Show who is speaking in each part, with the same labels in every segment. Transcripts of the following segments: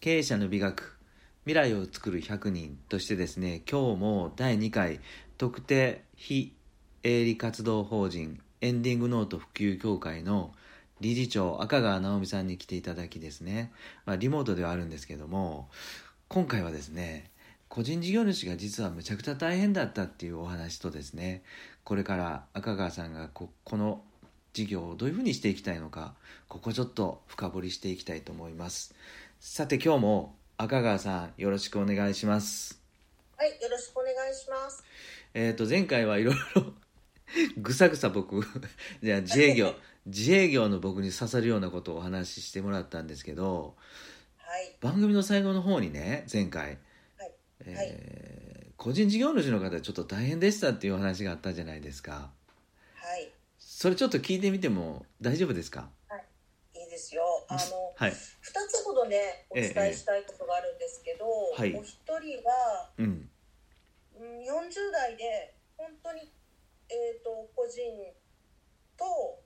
Speaker 1: 経営者の美学未来を作る100人としてですね今日も第2回特定非営利活動法人エンディングノート普及協会の理事長赤川直美さんに来ていただきですね、まあ、リモートではあるんですけども今回はですね個人事業主が実はむちゃくちゃ大変だったっていうお話とですねこれから赤川さんがここの事業をどういうふうにしていきたいのかここちょっと深掘りしていきたいと思いますさて今日も赤川さんよろしくお願いします
Speaker 2: はい、よろしくお願いします。
Speaker 1: えっ、と前回はいろいろ ぐさぐさ僕じゃあ自営業自営業の僕に刺さるようなことをお話ししてもらったんですけど
Speaker 2: はい、
Speaker 1: 番組の最後の方にね前回、
Speaker 2: はい
Speaker 1: えー個人事業主の方ちょっと大変でしたっていうお話があったじゃないですか
Speaker 2: はい、
Speaker 1: それちょっと聞いてみても大丈夫ですか
Speaker 2: いいですよ。あの、
Speaker 1: はい
Speaker 2: 二つほどね、お
Speaker 1: ええ
Speaker 2: 伝えしたいことがあるんですけど、
Speaker 1: ええはい
Speaker 2: お一人は、
Speaker 1: うん
Speaker 2: うん、40代で本当にえっ、と個人と、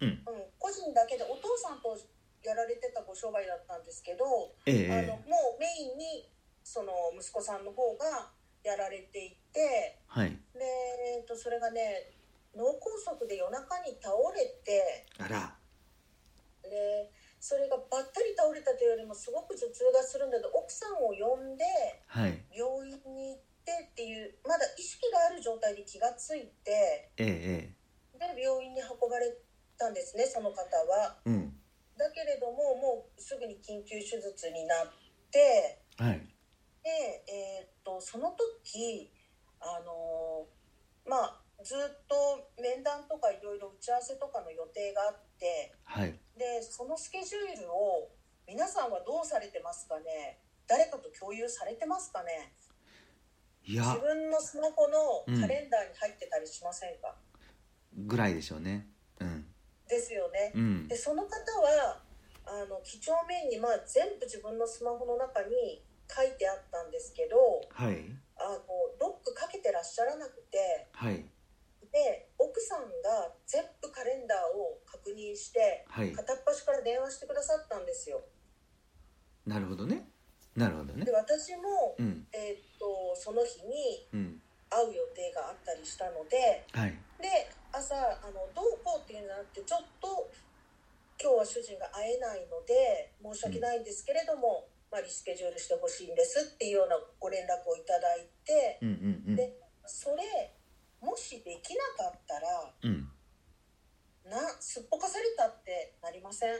Speaker 1: うん
Speaker 2: 個人だけでお父さんとやられてたご商売だったんですけど、
Speaker 1: え
Speaker 2: あ
Speaker 1: え
Speaker 2: の
Speaker 1: ええ
Speaker 2: もうメインにその息子さんの方がやられていて、
Speaker 1: はい
Speaker 2: でえっ、とそれがね、脳梗塞で夜中に倒れて。
Speaker 1: あら
Speaker 2: でそれがばったり倒れたというよりもすごく頭痛がするんだけど奥さんを呼んで
Speaker 1: はい
Speaker 2: 病院に行ってっていうまだ意識がある状態で気がついて
Speaker 1: えええ
Speaker 2: で病院に運ばれたんですねその方は。
Speaker 1: えうん
Speaker 2: だけれどももうすぐに緊急手術になって
Speaker 1: はい
Speaker 2: で、えーっとその時あのまあずっと面談とかいろいろ打ち合わせとかの予定があって。
Speaker 1: はい
Speaker 2: でそのスケジュールを皆さんはどうされてますかね誰かと共有されてますかね
Speaker 1: い
Speaker 2: 自
Speaker 1: や
Speaker 2: 分のスマホのカレンダーに入ってたりしませんか、
Speaker 1: ぐらいでしょうねうん
Speaker 2: ですよね
Speaker 1: うん
Speaker 2: でその方はあの几帳面に、まあ、全部自分のスマホの中に書いてあったんですけど
Speaker 1: はい
Speaker 2: あのロックかけてらっしゃらなくて
Speaker 1: はい
Speaker 2: で奥さんが全部カレンダーを確認して
Speaker 1: はい
Speaker 2: 片っ端から電話してくださったんですよ
Speaker 1: なるほどねなるほどね
Speaker 2: で私も
Speaker 1: うん
Speaker 2: えーっとその日に
Speaker 1: うん
Speaker 2: 会う予定があったりしたので
Speaker 1: はい
Speaker 2: で朝あのどうこうっていうんじゃなくてちょっと今日は主人が会えないので申し訳ないんですけれども、まあ、リスケジュールしてほしいんですっていうようなご連絡をいただいて
Speaker 1: うんうん
Speaker 2: でそれもしできなかったら
Speaker 1: うんうん
Speaker 2: なすっぽかされたってなりません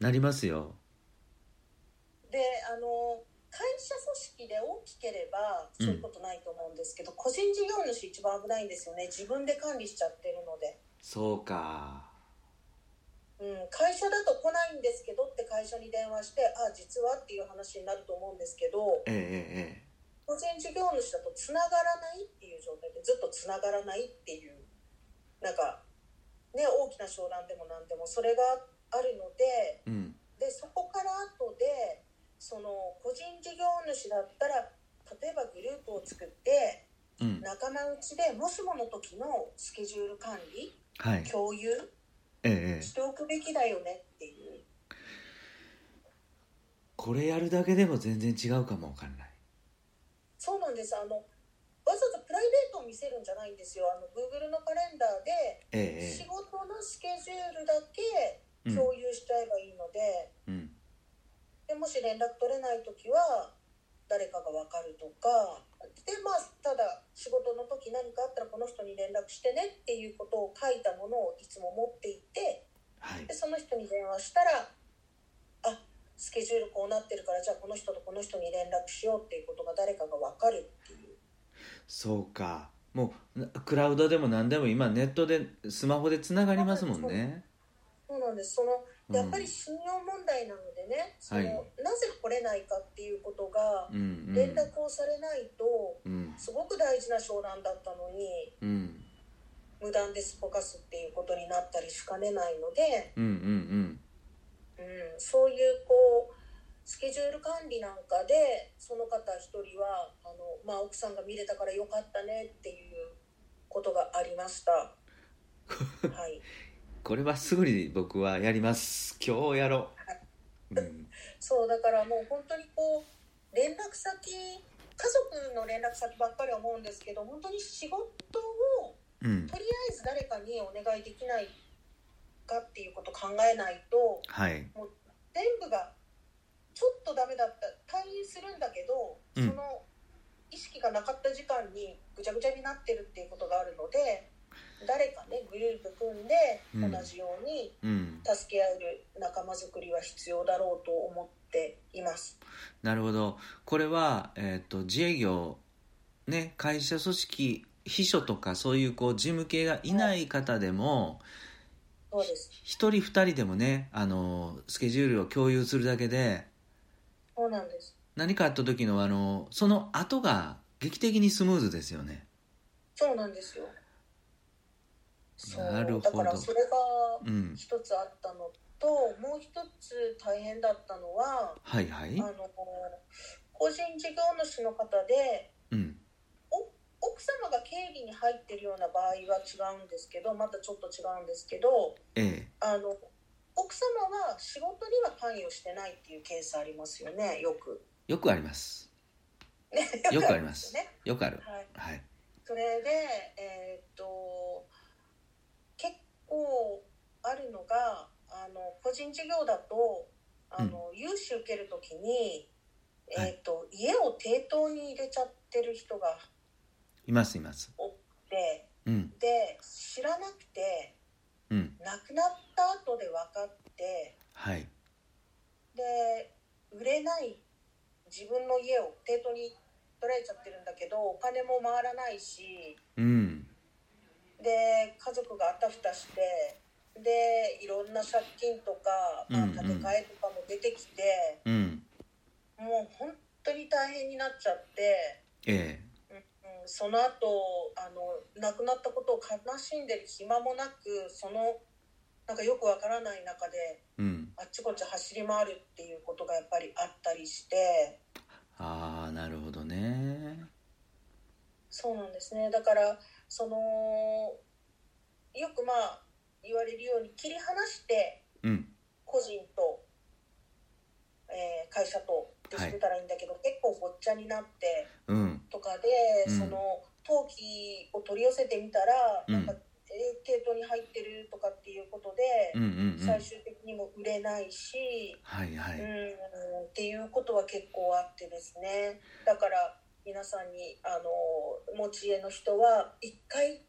Speaker 1: なりますよ
Speaker 2: であの会社組織で大きければそういうことないと思うんですけど、個人事業主一番危ないんですよね自分で管理しちゃってるので。
Speaker 1: そうか
Speaker 2: うん、会社だと来ないんですけどって会社に電話してあ実はっていう話になると思うんですけど
Speaker 1: ええええええ
Speaker 2: 個人事業主だとつながらないっていう状態でずっとつながらないっていうなんかね大きな商談でも何でもそれがあるので
Speaker 1: うん
Speaker 2: でそこから後でその個人事業主だったら例えばグループを作って
Speaker 1: うん
Speaker 2: 仲間内でもしもの時のスケジュール管理
Speaker 1: はい
Speaker 2: 共有
Speaker 1: ええええ
Speaker 2: しておくべきだよねっていう。
Speaker 1: これやるだけでも全然違うかもわかんない
Speaker 2: そうなんですあのわざわざプライベートを見せるんじゃないんですよあの Google のカレンダーで
Speaker 1: え
Speaker 2: 仕
Speaker 1: え
Speaker 2: 事のスケジュールだけ
Speaker 1: ええうん
Speaker 2: 共有しちゃえばいいので,、
Speaker 1: うん
Speaker 2: でもし連絡取れない時は誰かが分かるとかでまあただ仕事の時何かあったらこの人に連絡してねっていうことを書いたものをいつも持っていて
Speaker 1: はい
Speaker 2: でその人に電話したらあスケジュールこうなってるからじゃあこの人とこの人に連絡しようっていうことが誰かが分かるっていう。
Speaker 1: そうかもうなクラウドでも何でも今ネットでスマホでつながりますもんね
Speaker 2: そうなんですその
Speaker 1: うん
Speaker 2: やっぱり信用問題なのでね、その
Speaker 1: はい
Speaker 2: なぜ来れないかっていうことが
Speaker 1: うんうん
Speaker 2: 連絡をされないと
Speaker 1: うん
Speaker 2: すごく大事な商談だったのに
Speaker 1: うん
Speaker 2: 無断ですっぽかすっていうことになったりしかねないので、
Speaker 1: うんうんうん
Speaker 2: うん、そういうこうスケジュール管理なんかでその方一人はあの、まあ、奥さんが見れたからよかったねっていうことがありました。はい
Speaker 1: これはすぐに僕はやります今日やろう、うん、
Speaker 2: そうだからもう本当にこう連絡先家族の連絡先ばっかりは思うんですけど本当に仕事を
Speaker 1: うん
Speaker 2: とりあえず誰かにお願いできないかっていうことを考えないと
Speaker 1: はい
Speaker 2: 全部がちょっとダメだった退院するんだけど、
Speaker 1: うん
Speaker 2: その意識がなかった時間にぐちゃぐちゃになってるっていうことがあるので誰かねグループ組んで
Speaker 1: う
Speaker 2: 同
Speaker 1: ん
Speaker 2: じように
Speaker 1: うん
Speaker 2: 助け合える仲間づくりは必要だろうと思っています。
Speaker 1: なるほどこれは、えっと自営業ね会社組織秘書とかそういうこう事務系がいない方でも
Speaker 2: そうです
Speaker 1: 一人二人でもねあのスケジュールを共有するだけで
Speaker 2: そうなんです
Speaker 1: 何かあった時のあのその後が劇的にスムーズですよね
Speaker 2: そうなんですよ。そう
Speaker 1: なるほど
Speaker 2: だからそれが
Speaker 1: うん
Speaker 2: 一つあったのともう一つ大変だったのは
Speaker 1: はいはい
Speaker 2: あの個人事業主の方で
Speaker 1: うん
Speaker 2: 奥様が経理に入ってるような場合は違うんですけどまたちょっと違うんですけど
Speaker 1: え
Speaker 2: あの奥様は仕事には関与してないっていうケースありますよねよく。
Speaker 1: えよくあります
Speaker 2: ね
Speaker 1: よくあります
Speaker 2: よね
Speaker 1: よくある
Speaker 2: はい、
Speaker 1: はい
Speaker 2: それで、えーっと結構あるのがあの個人事業だとあの、融資受けるときに、
Speaker 1: はい
Speaker 2: えーっと家を抵当に入れちゃってる人が
Speaker 1: いますいます
Speaker 2: で
Speaker 1: うん
Speaker 2: で知らなくて
Speaker 1: うん
Speaker 2: 亡くなった後で分かって
Speaker 1: はい
Speaker 2: で売れない自分の家を抵当に取られちゃってるんだけどお金も回らないし
Speaker 1: うん
Speaker 2: で家族があたふたしてでいろんな借金とか、まあ、
Speaker 1: うんうん
Speaker 2: 建て替えとかも出てきて、
Speaker 1: うん
Speaker 2: もう本当に大変になっちゃって、
Speaker 1: ええ
Speaker 2: うん、その後あの亡くなったことを悲しんでる暇もなくそのなんかよくわからない中で
Speaker 1: うん
Speaker 2: あっちこっち走り回るっていうことがやっぱりあったりして
Speaker 1: ああなるほどね
Speaker 2: そうなんですねだからそのよくまあ言われるように切り離して
Speaker 1: うん
Speaker 2: 個人と、えー会社とってしてたらいいんだけど、結構ごっちゃになって
Speaker 1: うん
Speaker 2: とかで、
Speaker 1: うん
Speaker 2: その登記を取り寄せてみたら、
Speaker 1: うん
Speaker 2: なんかえー系統に入ってるとかっていうことで、
Speaker 1: うんうんうん
Speaker 2: 最終的にも売れないし、
Speaker 1: はいは
Speaker 2: う
Speaker 1: い
Speaker 2: ん、っていうことは結構あってですねだから皆さんにあの持ち家の人は一回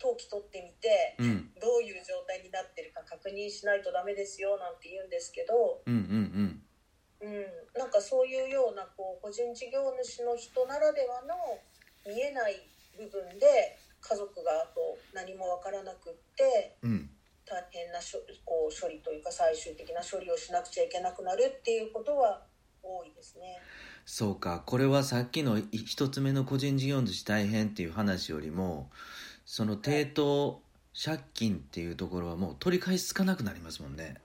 Speaker 2: 登記取ってみて。
Speaker 1: うん
Speaker 2: どういう状態になってるか確認しないとダメですよなんて言うんですけど、
Speaker 1: うんうん
Speaker 2: うん、なんかそういうようなこう個人事業主の人ならではの見えない部分で家族があと何も分からなくって
Speaker 1: うんうん
Speaker 2: 大変なしょこう処理というか最終的な処理をしなくちゃいけなくなるっていうことは多いですね。
Speaker 1: そうかこれはさっきのい一つ目の個人事業主大変っていう話よりもその抵当借金っていうところはもう取り返しつかなくなりますもんね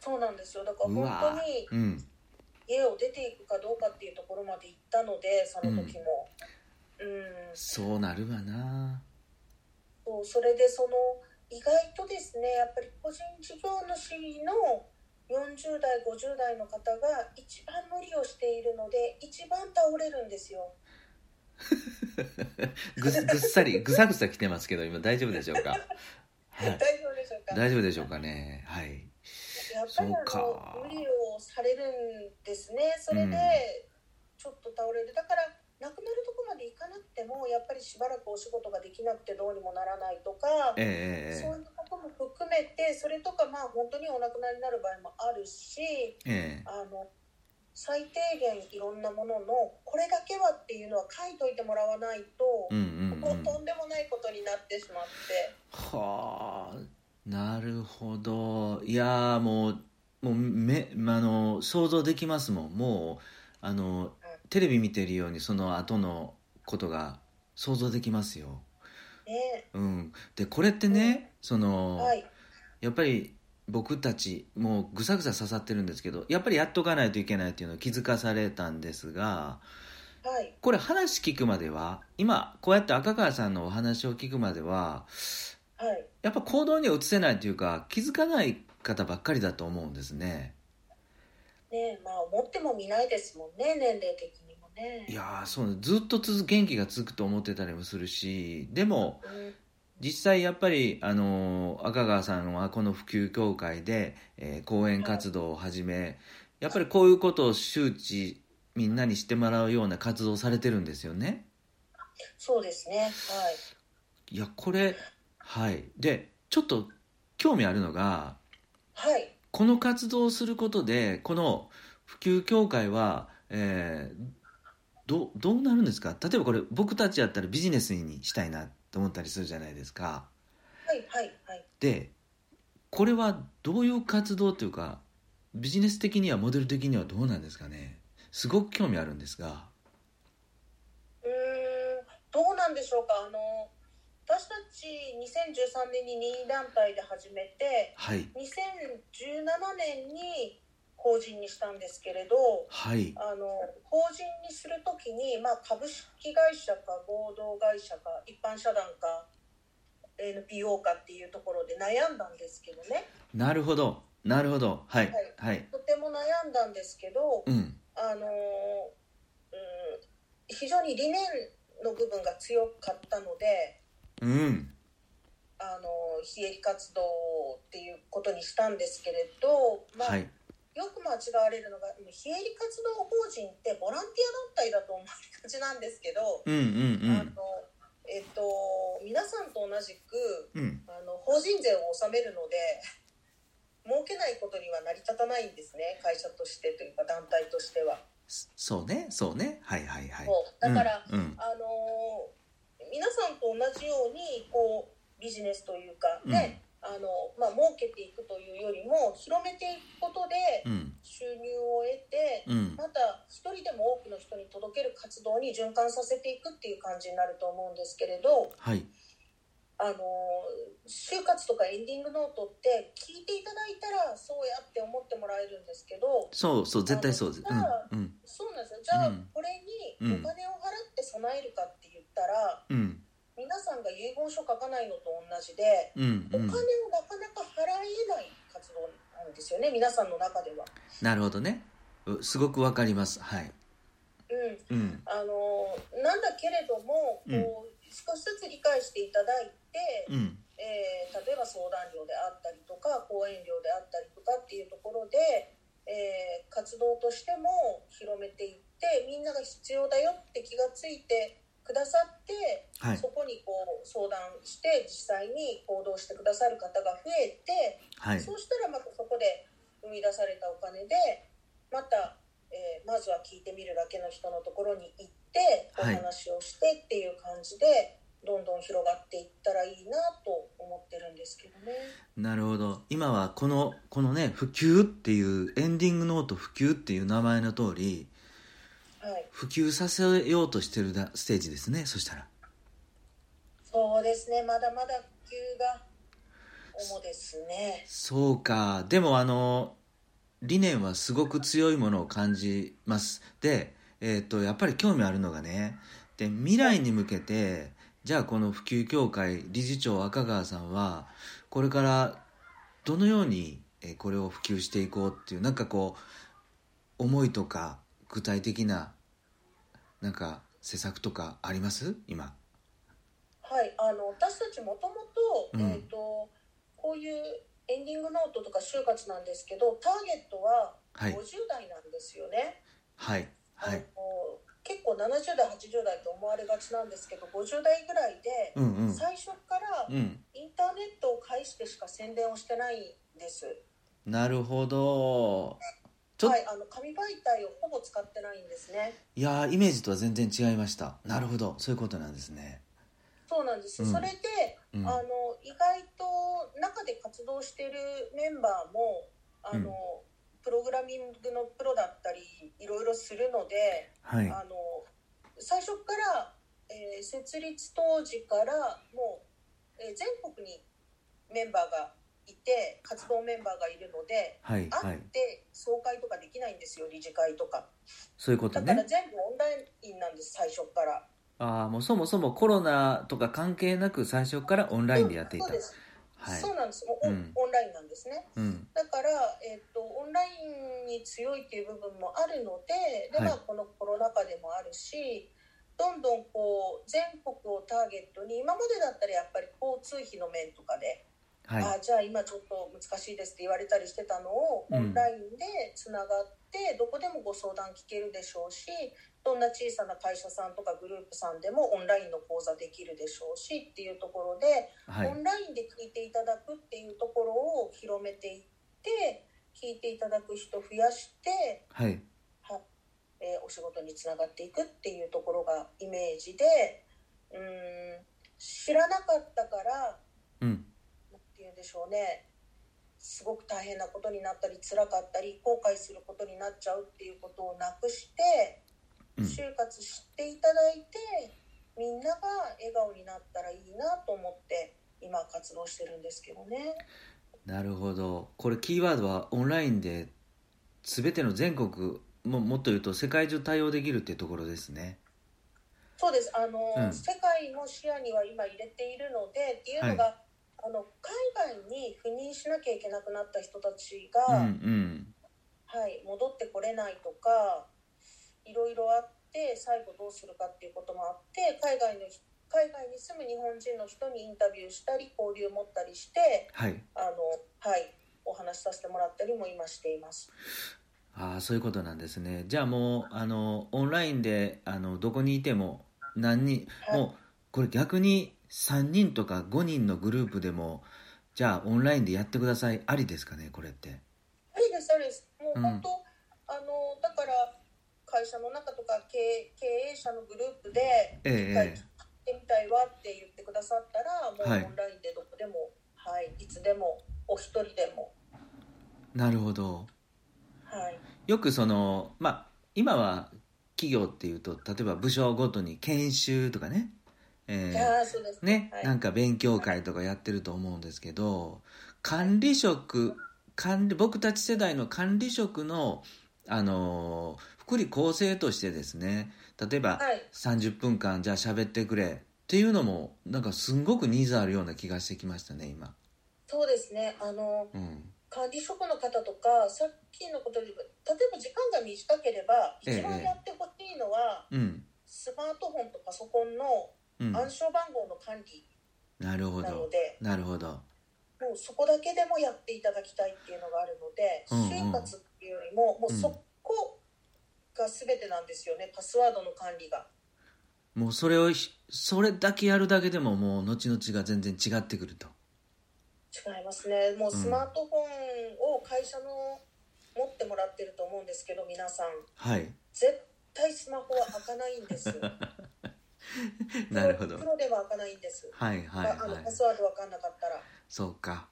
Speaker 2: そうなんですよだから
Speaker 1: うわ
Speaker 2: 本当に
Speaker 1: うん
Speaker 2: 家を出ていくかどうかっていうところまで行ったのでその時も。うん
Speaker 1: そうなるわな
Speaker 2: そうそれでその意外とですねやっぱり個人事業主の40代50代の方が一番無理をしているので一番倒れるんですよ
Speaker 1: ぐすぐっさりぐさぐさ来てますけど今大丈夫でしょうか、は
Speaker 2: 大
Speaker 1: い、
Speaker 2: 丈夫でしょうかやっ
Speaker 1: 大丈夫でしょうかねはい
Speaker 2: ぱり
Speaker 1: そう
Speaker 2: あ
Speaker 1: か
Speaker 2: の無理をされるんですねそれ
Speaker 1: うん
Speaker 2: でちょっと倒れるだから亡くなるとこまでいかなくてもやっぱりしばらくお仕事ができなくてどうにもならないとか
Speaker 1: ええ
Speaker 2: そういうことも含めてそれとかまあ本当にお亡くなりになる場合もあるし
Speaker 1: ええええ
Speaker 2: あの最低限いろんなもののこれだけはっていうのは書いといてもらわないと、
Speaker 1: うんうん
Speaker 2: も
Speaker 1: う
Speaker 2: うんとんでもないことになってしまって
Speaker 1: はあなるほどいやーもうもうめまあの想像できますもんもうあのテレビ見てるようにその後のことが想像できますよ。
Speaker 2: ね
Speaker 1: うん、でこれってね、その、
Speaker 2: はい
Speaker 1: やっぱり僕たちもうぐさぐさ刺さってるんですけどやっぱりやっとかないといけないっていうのを気づかされたんですが
Speaker 2: はい
Speaker 1: これ話聞くまでは今こうやって赤川さんのお話を聞くまでは
Speaker 2: はい
Speaker 1: やっぱ行動には移せないというか気づかない方ばっかりだと思うんですね
Speaker 2: ねまあ思っても見ないですもんね年齢的にもね
Speaker 1: いやーそうねずっと続元気が続くと思ってたりもするしでも
Speaker 2: うん
Speaker 1: 実際やっぱり、あのー赤川さんはこの普及協会で、えー講演活動を始めやっぱりこういうことを周知みんなにしてもらうような活動をされてるんですよね
Speaker 2: そうですねはい
Speaker 1: いやこれはいでちょっと興味あるのが
Speaker 2: はい
Speaker 1: この活動をすることでこの普及協会は、えーどどうなるんですか例えばこれ僕たちやったらビジネスにしたいなと思ったりするじゃないですか
Speaker 2: はいはいはい
Speaker 1: でこれはどういう活動というかビジネス的にはモデル的にはどうなんですかねすごく興味あるんですが
Speaker 2: うーんどうなんでしょうかあの私たち2013年に任意団体で始めて
Speaker 1: はい
Speaker 2: 2017年に法人にしたんですけれど
Speaker 1: はい
Speaker 2: あの法人にするときに、まあ、株式会社か合同会社か一般社団か NPO かっていうところで悩んだんですけどね
Speaker 1: なるほどなるほどはい
Speaker 2: はい
Speaker 1: はい
Speaker 2: とても悩んだんですけど
Speaker 1: うん
Speaker 2: あの、うん、非常に理念の部分が強かったので
Speaker 1: うん
Speaker 2: あの非営利活動っていうことにしたんですけれど、まあ
Speaker 1: はい
Speaker 2: よく間違われるのが非営利活動法人ってボランティア団体だと思われがちなんですけど。
Speaker 1: うんうんうん
Speaker 2: あのえっと、皆さんと同じく
Speaker 1: うん
Speaker 2: あの法人税を納めるので儲けないことには成り立たないんですね会社としてというか団体としては。
Speaker 1: そそうねそうねはいはいはい
Speaker 2: そうだから、
Speaker 1: うんうん
Speaker 2: あの皆さんと同じようにこうビジネスというかね、あのまあ儲けていくというよりも広めていくことで
Speaker 1: うん
Speaker 2: 収入を得て、
Speaker 1: うん
Speaker 2: また一人でも多くの人に届ける活動に循環させていくっていう感じになると思うんですけれど。
Speaker 1: はい
Speaker 2: あの就活とかエンディングノートって聞いていただいたらそうやって思ってもらえるんですけど
Speaker 1: そうそう絶対そうです
Speaker 2: あの
Speaker 1: うんうん
Speaker 2: そうなんですよじゃあ
Speaker 1: うん
Speaker 2: これ
Speaker 1: うん
Speaker 2: にお金を払って備えるかって言ったら、
Speaker 1: うん
Speaker 2: 皆さんが遺言書書かないのと同じで
Speaker 1: うん
Speaker 2: お
Speaker 1: う
Speaker 2: 金を
Speaker 1: ん
Speaker 2: なかなか払えない活動なんですよね皆さんの中では。
Speaker 1: なるほどねうすごくわかりますはい
Speaker 2: うん、
Speaker 1: うん
Speaker 2: あのなんだけれどもこう少しずつ理解していただいて、
Speaker 1: うん
Speaker 2: えー例えば相談料であったりとか講演料であったりとかっていうところで、えー活動としても広めていってみんなが必要だよって気がついてくださって、
Speaker 1: はい
Speaker 2: そこにこう相談して実際に行動してくださる方が増えて、
Speaker 1: はい
Speaker 2: そうしたらまたそこで生み出されたお金でまた、えーまずは聞いてみるだけの人のところに行ってお
Speaker 1: はい
Speaker 2: 話をしてっていう感じで、どんどん広がっていったらいいなと思ってるんですけどね。
Speaker 1: なるほど今はこのこのね「普及」っていうエンディングノート「普及」っていう名前の通り
Speaker 2: はい、
Speaker 1: 普及させようとしてるだステージですねそしたら
Speaker 2: そうですねまだまだ普及が主ですね。
Speaker 1: そうかでもあの理念はすごく強いものを感じますで、えっとやっぱり興味あるのがねで未来に向けてじゃあこの普及協会理事長赤川さんはこれからどのようにえーこれを普及していこうっていうなんかこう思いとか具体的ななんか施策とかあります今
Speaker 2: はい、あの私たちもともと,、
Speaker 1: うん
Speaker 2: えー、とこういうエンディングノートとか就活なんですけどターゲットは
Speaker 1: はい
Speaker 2: 50代なんですよね。
Speaker 1: はいはい
Speaker 2: あの結構70代80代と思われがちなんですけど50代ぐらいで
Speaker 1: うんうん
Speaker 2: 最初から
Speaker 1: うん
Speaker 2: インターネットを介してしか宣伝をしてないんです、
Speaker 1: なるほどちょっ
Speaker 2: はい、あの紙媒体をほぼ使ってないんですね
Speaker 1: いやーイメージとは全然違いましたなるほどそういうことなんですね
Speaker 2: そうなんです、
Speaker 1: うん
Speaker 2: それで、
Speaker 1: うん
Speaker 2: あの意外と中で活動してるメンバーもあの、
Speaker 1: うん
Speaker 2: プログラミングのプロだったりいろいろするので
Speaker 1: はい
Speaker 2: あの最初から、えー設立当時からもう、えー全国にメンバーがいて活動メンバーがいるので
Speaker 1: はいは
Speaker 2: 会っ
Speaker 1: い
Speaker 2: て総会とかできないんですよ理事会とか
Speaker 1: そういうこと
Speaker 2: だから
Speaker 1: ね
Speaker 2: 全部オンラインなんです最初から
Speaker 1: ああもうそもそもコロナとか関係なく最初からオンラインでやっていた
Speaker 2: そうです
Speaker 1: はい
Speaker 2: そうなんですもうオン
Speaker 1: うん
Speaker 2: オンラインなんですね
Speaker 1: うん
Speaker 2: だから、えっとオンラインに強いっていう部分もあるのでで、
Speaker 1: はい
Speaker 2: まあ、このコロナ禍でもあるしどんどんこう全国をターゲットに今までだったらやっぱり交通費の面とかで、
Speaker 1: はい
Speaker 2: ああじゃあ今ちょっと難しいですって言われたりしてたのを
Speaker 1: うん
Speaker 2: オンラインでつながって、どこでもご相談聞けるでしょうしどんな小さな会社さんとかグループさんでもオンラインの講座できるでしょうしっていうところで。
Speaker 1: は
Speaker 2: オ
Speaker 1: い
Speaker 2: ンラインで聞いていただくっていうところを広めていって聞いていただく人増やして、
Speaker 1: はい
Speaker 2: はえーお仕事につながっていくっていうところがイメージでうーん知らなかったから
Speaker 1: うん
Speaker 2: なんて言うんでしょうねすごく大変なことになったり辛かったり後悔することになっちゃうっていうことをなくして。
Speaker 1: うん
Speaker 2: 就活していただいてみんなが笑顔になったらいいなと思って今活動してるんですけどね
Speaker 1: なるほどこれキーワードはオンラインで全ての全国ももっと言うと世界中対応できるっていうところですね
Speaker 2: そうですあの、
Speaker 1: うん
Speaker 2: 世界も視野には今入れているのでっていうのが、あの海外に赴任しなきゃいけなくなった人たち
Speaker 1: うんう
Speaker 2: が、
Speaker 1: ん
Speaker 2: はい、戻ってこれないとかいろいろあって最後どうするかっていうこともあって海外の人海外に住む日本人の人にインタビューしたり交流持ったりして
Speaker 1: はい
Speaker 2: あのはいお話しさせてもらったりも今しています。
Speaker 1: ああそういうことなんですねじゃあもうあのオンラインであのどこにいても何人
Speaker 2: はい
Speaker 1: もうこれ逆に3人とか5人のグループでもじゃあオンラインでやってくださいありですかねこれって
Speaker 2: あれですあれです。もう
Speaker 1: うん
Speaker 2: 本当、あのだから会社の中とか経営経営者のグループで
Speaker 1: ええ
Speaker 2: 一回
Speaker 1: ええ
Speaker 2: 来てみたいわって言ってくださったら、
Speaker 1: はい
Speaker 2: もうオンラインでどこでもはいいつでもお一人でも
Speaker 1: なるほど
Speaker 2: はい
Speaker 1: よくそのまあ今は企業っていうと例えば部署ごとに研修とかね、え
Speaker 2: い
Speaker 1: ー
Speaker 2: やーそうです
Speaker 1: ね、
Speaker 2: はい
Speaker 1: なんか勉強会とかやってると思うんですけど管理職管理僕たち世代の管理職のあのー福利厚生としてですね例えば
Speaker 2: はい
Speaker 1: 30分間じゃあ喋ってくれっていうのもなんかすんごくニーズあるような気がしてきましたね今
Speaker 2: そうですねあの
Speaker 1: うん
Speaker 2: 管理職の方とかさっきのことで例えば時間が短ければ
Speaker 1: ええ
Speaker 2: 一番やってほしいのは、
Speaker 1: うん
Speaker 2: スマートフォンとパソコンの
Speaker 1: うん
Speaker 2: 暗証番号の管理
Speaker 1: なるほ
Speaker 2: なの
Speaker 1: ど
Speaker 2: で、
Speaker 1: なるほど
Speaker 2: もうそこだけでもやっていただきたいっていうのがあるので、
Speaker 1: うんうん
Speaker 2: 就活っていうよりももう
Speaker 1: うん
Speaker 2: そこが全てなんですよね、パスワードの管理が
Speaker 1: もうそれをひそれだけやるだけでももう後々が全然違ってくると
Speaker 2: 違いますねもううんスマートフォンを会社の持ってもらってると思うんですけど皆さん
Speaker 1: はい
Speaker 2: 絶対スマホは開かないんです
Speaker 1: なるほど
Speaker 2: プロでは開かないんです、
Speaker 1: はいはい
Speaker 2: あの
Speaker 1: は
Speaker 2: パ
Speaker 1: い
Speaker 2: スワード分かんなかったら
Speaker 1: そうか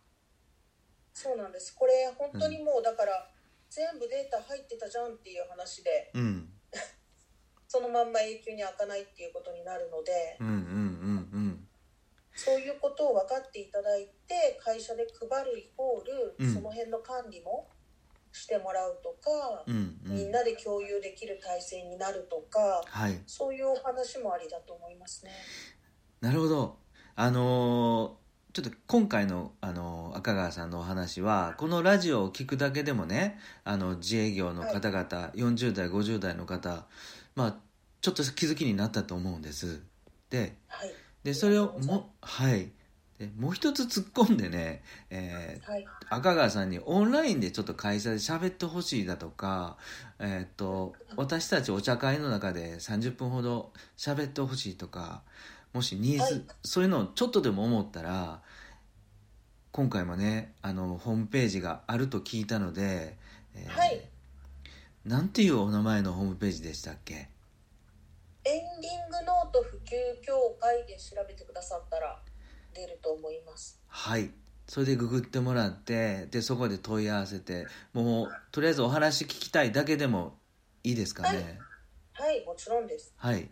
Speaker 2: そうなんですこれ本当にもうだから全部データ入ってたじゃんっていう話で
Speaker 1: うん
Speaker 2: そのまんま永久に開かないっていうことになるので
Speaker 1: うんうんうん
Speaker 2: そういうことを分かっていただいて会社で配るイコール、
Speaker 1: うん
Speaker 2: その辺の管理もしてもらうとか
Speaker 1: う、んうんう
Speaker 2: みん
Speaker 1: ん
Speaker 2: なで共有できる体制になるとか
Speaker 1: はい
Speaker 2: そういうお話もありだと思いますね。
Speaker 1: なるほどあのーちょっと今回の、あのー赤川さんのお話はこのラジオを聞くだけでもねあの自営業の方々、40代50代の方まあちょっと気づきになったと思うんですで
Speaker 2: はい、
Speaker 1: でそれをもはいでもう一つ突っ込んでね、えー
Speaker 2: はい、
Speaker 1: 赤川さんにオンラインでちょっと会社で喋ってほしいだとか、えーっと私たちお茶会の中で30分ほど喋ってほしいとかもしニーズ、
Speaker 2: はい
Speaker 1: そういうのをちょっとでも思ったら今回もねあのホームページがあると聞いたので、えー
Speaker 2: はい
Speaker 1: なんていうお名前のホームページでしたっけ
Speaker 2: エンディングノート普及協会で調べてくださったら出ると思います。
Speaker 1: はいそれでググってもらってでそこで問い合わせてもうとりあえずお話聞きたいだけでもいいですかね、
Speaker 2: はいはい、もちろんです。
Speaker 1: はい。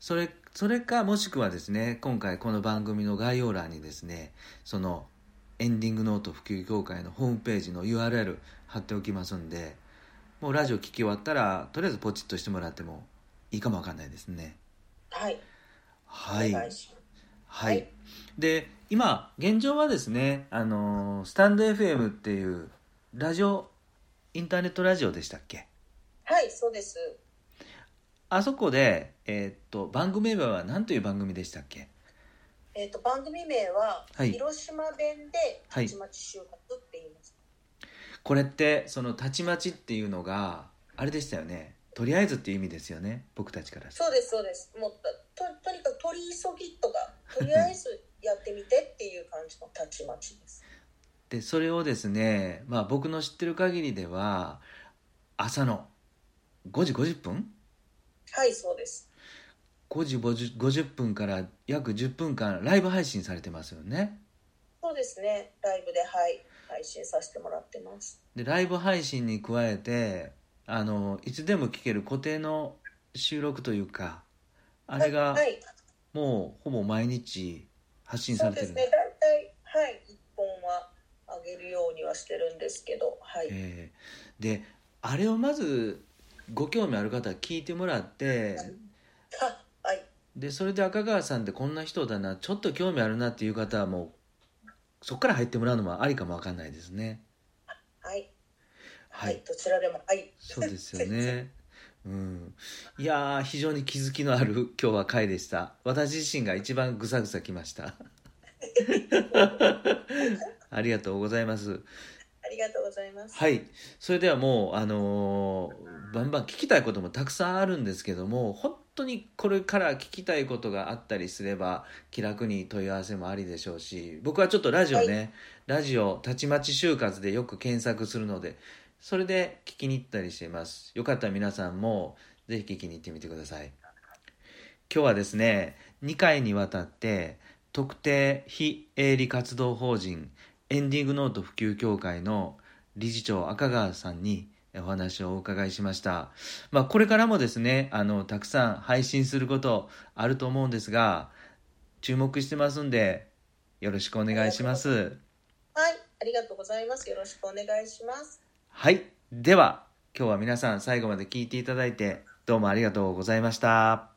Speaker 1: それ、それか、もしくはですね、今回この番組の概要欄にですね、その、エンディングノート普及協会のホームページの URL 貼っておきますんで、もうラジオ聞き終わったら、とりあえずポチッとしてもらってもいいかもわかんないですね。
Speaker 2: はい、
Speaker 1: はい。
Speaker 2: お
Speaker 1: は
Speaker 2: 願
Speaker 1: い
Speaker 2: い。します。
Speaker 1: で、今現状はですねあのスタンド FM っていうラジオインターネットラジオでしたっけ
Speaker 2: はいそうです
Speaker 1: あそこで、えーっと番組名は何という番組でしたっけ
Speaker 2: えっ、と番組名は、
Speaker 1: はい
Speaker 2: 広島弁で
Speaker 1: はい
Speaker 2: たちまち就活って言います、
Speaker 1: これってその「たちまち」っていうのがあれでしたよねとりあえずっていう意味ですよね僕たちから
Speaker 2: そうですそうですもうととにかく取り急ぎ とかとりあえずやってみてっていう感じのたちまちです
Speaker 1: でそれをですね、まあ、僕の知ってる限りでは朝の5時50分
Speaker 2: はいそうです
Speaker 1: 5時50 50分から約10分間ライブ配信されてますよね
Speaker 2: そうですねライブではい配信させてもらってます
Speaker 1: でライブ配信に加えてあのいつでも聴ける固定の収録というかあれが
Speaker 2: はい、はい
Speaker 1: もうほぼ毎日発信
Speaker 2: そ
Speaker 1: さ
Speaker 2: う
Speaker 1: れて
Speaker 2: で
Speaker 1: る
Speaker 2: すね大体はい1本はあげるようにはしてるんですけどはい、
Speaker 1: えーであれをまずご興味ある方は聞いてもらって
Speaker 2: あ はい
Speaker 1: でそれで赤川さんってこんな人だなちょっと興味あるなっていう方はもうそこから入ってもらうのもありかもわかんないですね
Speaker 2: はい
Speaker 1: は
Speaker 2: はいい、どちらでもはい
Speaker 1: そうですよねうんいやー非常に気づきのある今日は回でした私自身が一番ぐさぐさきましたありがとうございます
Speaker 2: ありがとうございます
Speaker 1: はいそれではもうあのーバンバン聞きたいこともたくさんあるんですけども本当にこれから聞きたいことがあったりすれば気楽に問い合わせもありでしょうし僕はちょっとラジオね、ラジオたちまち就活でよく検索するのでそれで聞きに行ったりしていますよかったら皆さんもぜひ聞きに行ってみてください今日はですね2回にわたって特定非営利活動法人エンディングノート普及協会の理事長赤川さんにお話をお伺いしました、まあ、これからもですねあのたくさん配信することあると思うんですが注目してますんでよろしくお願いします
Speaker 2: はい、ありがとうございます。よろしくお願いします。
Speaker 1: はいでは今日は皆さん最後まで聞いていただいてどうもありがとうございました